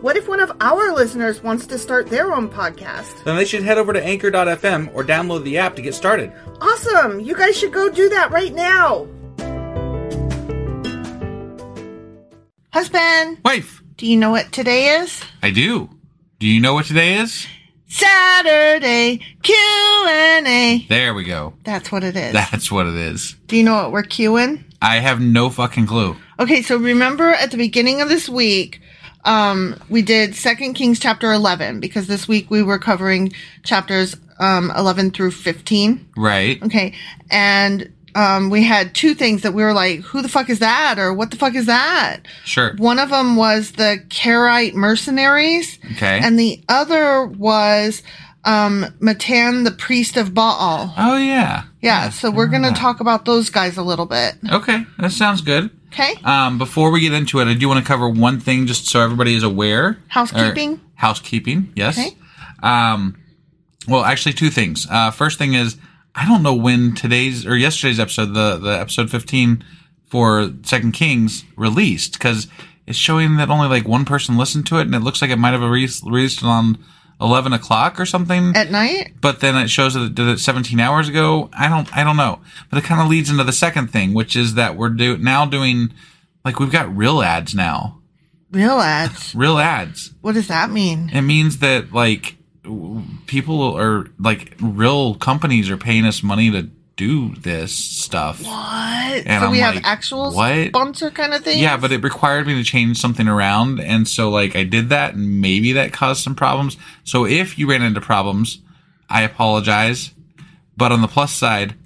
what if one of our listeners wants to start their own podcast? Then they should head over to anchor.fm or download the app to get started. Awesome! You guys should go do that right now! Husband, Wife, do you know what today is? I do. Do you know what today is? Saturday Q&A. There we go. That's what it is. That's what it is. do you know what we're queuing? I have no fucking clue. Okay, so remember at the beginning of this week, um, we did Second Kings chapter eleven because this week we were covering chapters um, eleven through fifteen. Right. Okay, and um, we had two things that we were like, "Who the fuck is that?" or "What the fuck is that?" Sure. One of them was the Karite mercenaries, Okay. and the other was um, Matan, the priest of Baal. oh yeah. Yeah, so we're gonna talk about those guys a little bit. Okay. That sounds good. Okay, Um, before we get into it, I do want to cover one thing just so everybody is aware. Housekeeping? Or- housekeeping. Yes. Okay. Um, well, actually, two things. Uh, first thing is, I don't know when today's or yesterday's episode, the the episode fifteen for Second Kings, released because it's showing that only like one person listened to it, and it looks like it might have re- released on eleven o'clock or something. at night. but then it shows that it did it 17 hours ago. I don't, I don't know. But it kind of leads into the second thing, which is that we're do now doing like we've got real ads now, Real ads. real ads. What does that mean? It means that like w- people are like real companies are paying us money to do this stuff. What? And so I'm we like, have actual what? sponsor kind of thing. Yeah, but it required me to change something around. And so, like, I did that, and maybe that caused some problems. So, if you ran into problems, I apologize. But on the plus side,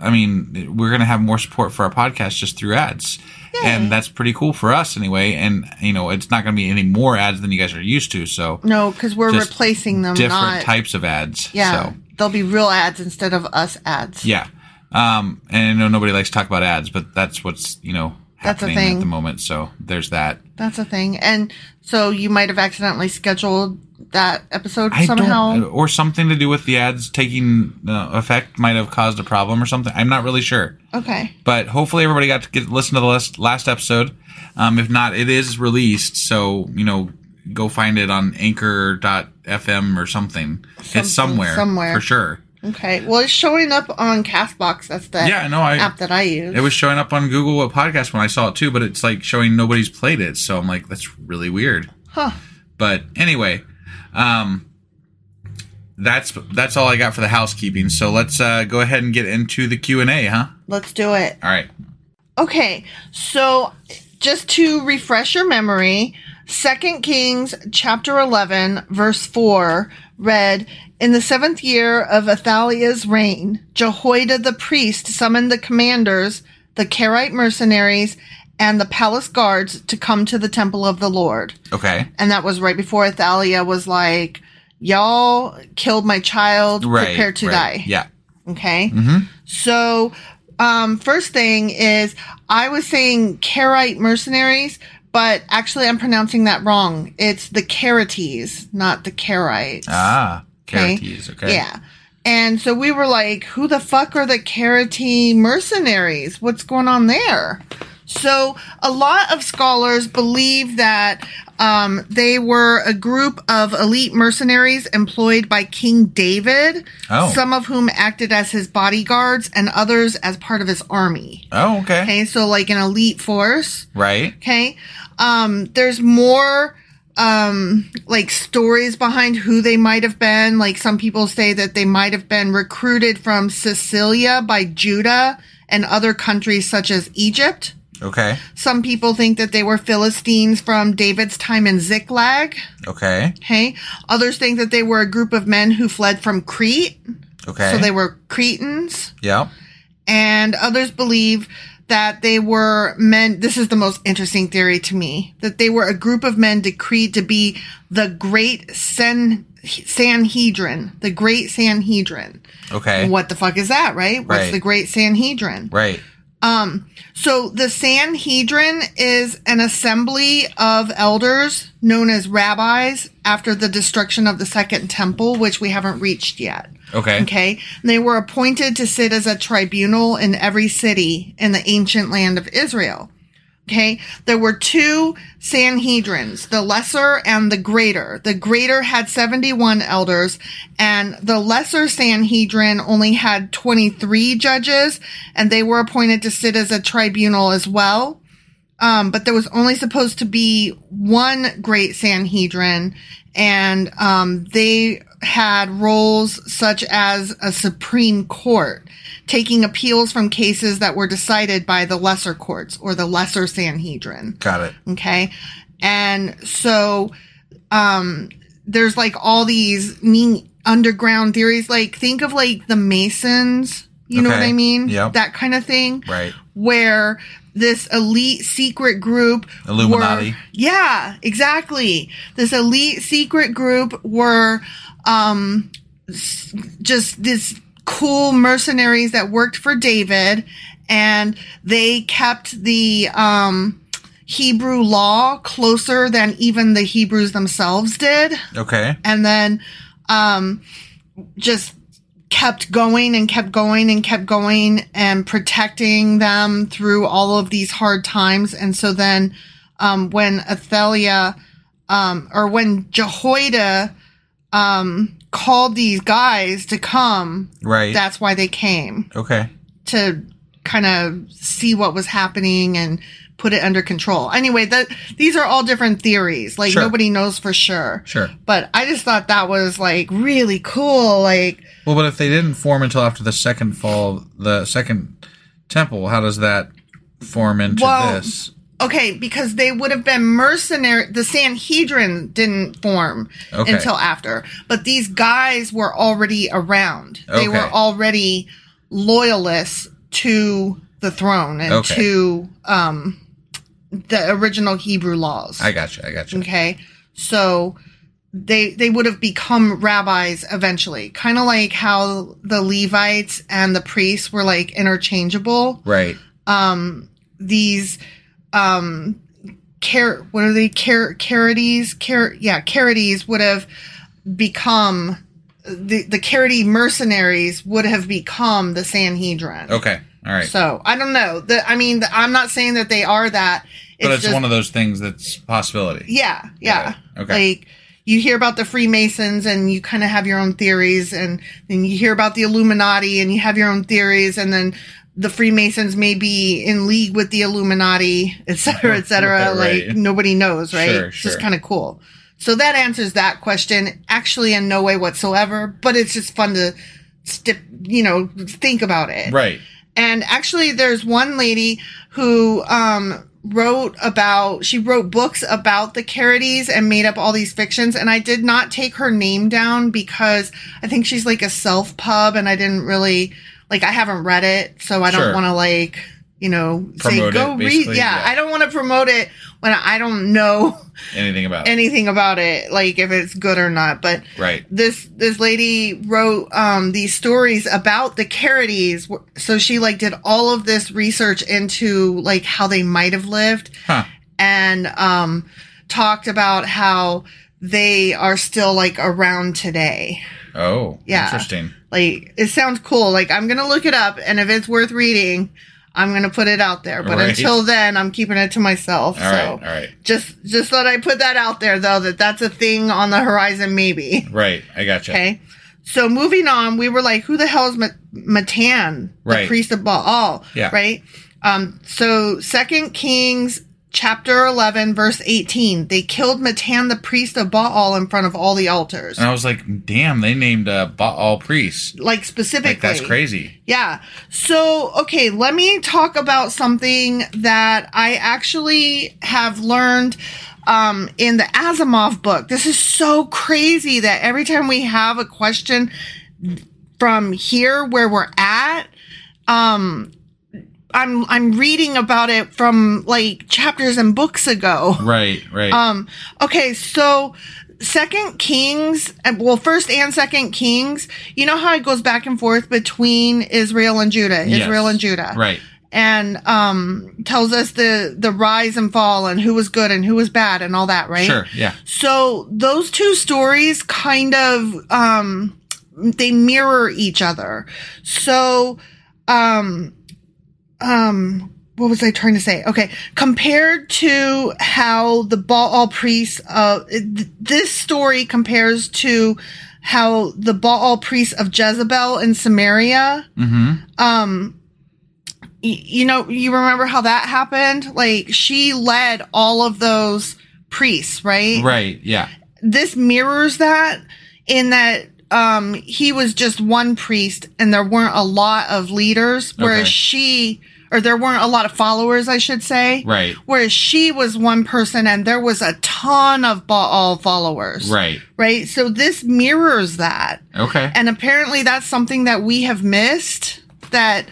I mean, we're going to have more support for our podcast just through ads. And that's pretty cool for us, anyway. And, you know, it's not going to be any more ads than you guys are used to. So, no, because we're Just replacing them. different not, types of ads. Yeah, So, they'll be real ads instead of us ads. yeah. Um, and I know nobody likes to talk about ads, but that's what's, you know, That's happening a at thing. the moment. So, there's that. That's a thing. And so you might have accidentally scheduled that episode somehow. don't, uh, or something to do with the ads taking uh, effect might have caused a problem or something. I'm not really sure, okay. but hopefully everybody got to get listen to the last last episode. Um, if not, it is released, so you know go find it on Anchor.fm or something. Something, it's somewhere, somewhere. for sure. Okay. Well, it's showing up on Castbox. That's the Yeah, no, I- app that I use. It was showing up on Google what podcast when I saw it too, but it's like showing nobody's played it. So I'm like, that's really weird. Huh. But anyway, um, that's that's all I got for the housekeeping. So let's uh, go ahead and get into the Q and A, huh? Let's do it. All right. Okay. So just to refresh your memory, Second Kings chapter 11 verse 4 read, "In the 7th year of Athaliah's reign, Jehoiada the priest summoned the commanders, the Kerite mercenaries, and the palace guards to come to the temple of the Lord." Okay. And that was right before Athaliah was like, "Y'all killed my child, Right. prepare to right. die." Yeah. Okay. So, um, first thing is I was saying Karite mercenaries, but actually I'm pronouncing that wrong. It's the Karates, not the Karites. Ah, Carates. Okay. Yeah. And so we were like, who the fuck are the Karate mercenaries? What's going on there? So a lot of scholars believe that um, they were a group of elite mercenaries employed by King David, Oh. some of whom acted as his bodyguards and others as part of his army. Oh, okay. Okay, so like an elite force. Right. Okay. Um, there's more um like stories behind who they might have been. Like some people say that they might have been recruited from Sicilia by Judah and other countries such as Egypt. Okay. Some people think that they were Philistines from David's time in Ziklag. Okay. Okay. Others think that they were a group of men who fled from Crete. Okay. So they were Cretans Yep. and others believe that they were men. This is the most interesting theory to me that they were a group of men decreed to be the great San, Sanhedrin, the great Sanhedrin. Okay. What the fuck is that, right? What's Eh. Right. the great Sanhedrin? Right. So the Sanhedrin is an assembly of elders known as rabbis after the destruction of the second temple, which we haven't reached yet. Okay. Okay. And they were appointed to sit as a tribunal in every city in the ancient land of Israel. Okay. There were two Sanhedrins, the lesser and the greater. The greater had 71 elders and the lesser Sanhedrin only had 23 judges and they were appointed to sit as a tribunal as well. Um, but there was only supposed to be one great Sanhedrin, and um, they had roles such as a Supreme Court, taking appeals from cases that were decided by the lesser courts or the lesser Sanhedrin. Got it. Okay. And so um there's like all these neat underground theories. Like think of like the Masons, you know what Okay. I mean? Yep. That kind of thing. Right. Where this elite secret group were- Illuminati. yeah, exactly. This elite secret group were um s- just this cool mercenaries that worked for David and they kept the um Hebrew law closer than even the Hebrews themselves did Okay. and then um just kept going and kept going and kept going and protecting them through all of these hard times and so then um when Athaliah um or when Jehoiada um, called these guys to come. Right. That's why they came okay. to kind of see what was happening and put it under control. Anyway, that these are all different theories. Like Sure. nobody knows for sure. Sure. But I just thought that was like really cool. Like Well, but if they didn't form until after the second fall, the second temple, how does that form into Well, this? okay, because they would have been mercenary. The Sanhedrin didn't form Okay. until after, but these guys were already around. They were Okay. already loyalists to the throne and Okay. to um, the original Hebrew laws. I gotcha. I gotcha. Okay. So they they would have become rabbis eventually. Kind of like how the Levites and the priests were like interchangeable. Right. These um car what are they car carities car yeah carities would have become the the carity mercenaries would have become the Sanhedrin. Okay. All right. So I don't know. The, I mean, the, I'm not saying that they are that. but it's just- one of those things that's a possibility. Yeah, yeah. Got it. Okay. Like you hear about the Freemasons and you kind of have your own theories, and then you hear about the Illuminati and you have your own theories, and then the Freemasons may be in league with the Illuminati, et cetera, et cetera. Right. Like nobody knows, right? Sure, it's just sure. kind of cool. So that answers that question, actually, in no way whatsoever, but it's just fun to, stip, you know, think about it. Right. And actually, there's one lady who um, wrote about, she wrote books about the Carities and made up all these fictions. And I did not take her name down because I think she's like a self pub and I didn't really, like, I haven't read it. So I Sure. don't want to, like, you know, Promote it, say, go read. basically, Yeah, yeah. I don't want to promote it when I don't know Anything about it? anything about it, like if it's good or not. But Right. this this lady wrote um, these stories about the Carities, wh- so she like did all of this research into like how they might have lived, Huh. and um, talked about how they are still like around today. Oh. Yeah. Interesting. Like it sounds cool. Like I'm gonna look it up, and if it's worth reading. I'm gonna put it out there, but Right. until then, I'm keeping it to myself. All right. so, All right. just just thought I put that out there though that that's a thing on the horizon maybe. Right. I gotcha. Okay. So moving on, we were like, who the hell is Ma- Matan, Right. the priest of Baal? Yeah. Right. Um. So Second Kings chapter eleven verse eighteen, they killed Matan the priest of Baal in front of all the altars. And I was like, damn, they named uh, Baal priests. like specifically, Uh-huh. Like that's crazy. Yeah. So, okay, let me talk about something that I actually have learned um, in the Asimov book. This is so crazy that every time we have a question from here where we're at, um, I'm I'm reading about it from like chapters and books ago. Right. Right. Um, okay, so Second Kings, uh, well, First and Second Kings. You know how it goes back and forth between Israel and Judah, Yes. Israel and Judah, Right. And um, tells us the the rise and fall and who was good and who was bad and all that, right? Sure. Yeah. So those two stories kind of um they mirror each other. So um um what was I trying to say? Okay, compared to how the Baal priests uh th- this story compares to how the Baal priests of Jezebel in Samaria Mm-hmm. um y- you know you remember how that happened like she led all of those priests right Right. Yeah. this mirrors that in that um he was just one priest and there weren't a lot of leaders whereas Okay. she or there weren't a lot of followers I should say Right. whereas she was one person and there was a ton of Baal followers Right. right so this mirrors that Okay. and apparently that's something that we have missed that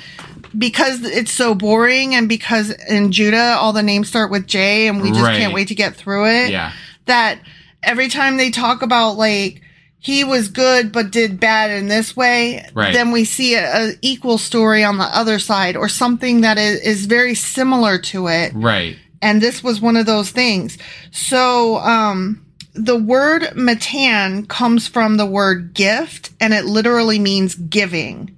because it's so boring and because in Judah all the names start with J and we just Right. can't wait to get through it. Yeah. That every time they talk about like he was good but did bad in this way, Right. then we see a, a equal story on the other side or something that is, is very similar to it Right. and this was one of those things. So, um, the word matan comes from the word gift, and it literally means giving.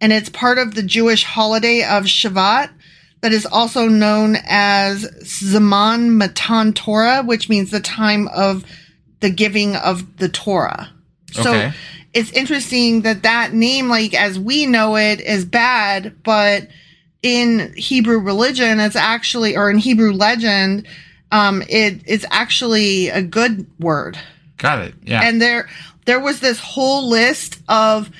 And it's part of the Jewish holiday of Shavat that is also known as Zaman Matan Torah, which means the time of the giving of the Torah. Okay. So it's interesting that that name, like as we know it, is bad, but in Hebrew religion, it's actually, or in Hebrew legend, um, it is actually a good word. Got it. Yeah. And there, there was this whole list of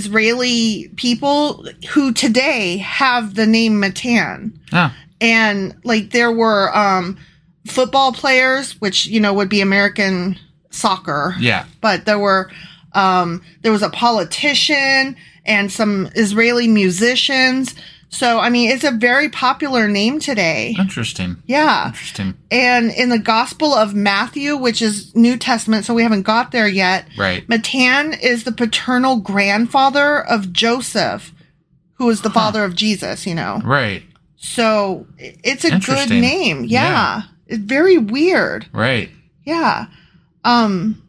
Israeli people who today have the name Matan Ah, and like there were um football players which you know would be american soccer Yeah. but there were um there was a politician and some israeli musicians so i mean it's a very popular name today interesting. yeah Interesting. and in the gospel of matthew which is new testament so we haven't got there yet Right. matan is the paternal grandfather of joseph who is the father of jesus you know Right. so i- it's a good Interesting. name. Yeah. Yeah. It's very weird. Right. Yeah. Um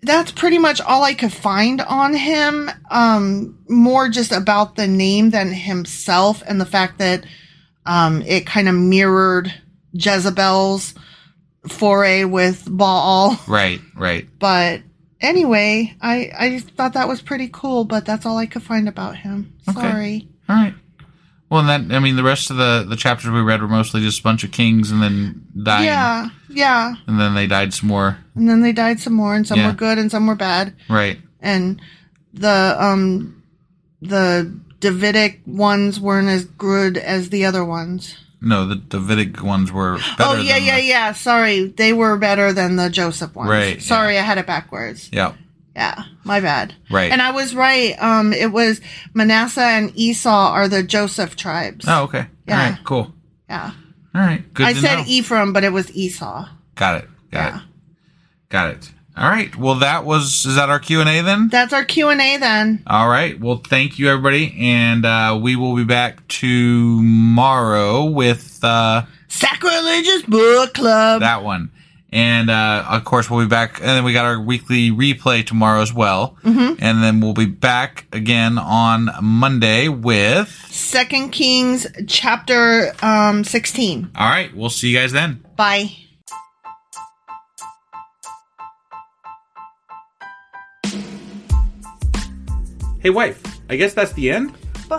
that's pretty much all I could find on him. Um more just about the name than himself and the fact that um it kind of mirrored Jezebel's foray with Baal. Right. Right. But anyway, I I thought that was pretty cool, but that's all I could find about him. Okay. Sorry. All right. Well, and that I mean, the rest of the the chapters we read were mostly just a bunch of kings and then dying, Yeah. Yeah. and then they died some more. and then they died some more and some Yeah. were good and some were bad Right. and the um the davidic ones weren't as good as the other ones No, the Davidic ones were. Better oh yeah than yeah the- yeah sorry they were better than the joseph ones Right, sorry i had it backwards Yeah. yeah my bad Right. and i was right um it was manasseh and esau are the joseph tribes Oh, okay. All Yeah. right. Cool. yeah All right. Good. i to said e- know. ephraim but it was esau Got it. Got it. Got it. All right. Well, that was. Is that our Q and A then? that's our q&a then All right. Well, thank you everybody, and uh, we will be back tomorrow with. Uh, sacrilegious book club that one. And uh, of course, we'll be back. And then we got our weekly replay tomorrow as well. Mm-hmm. And then we'll be back again on Monday with. Second Kings chapter um, 16. All right. We'll see you guys then. Bye. Hey, wife, I guess that's the end? But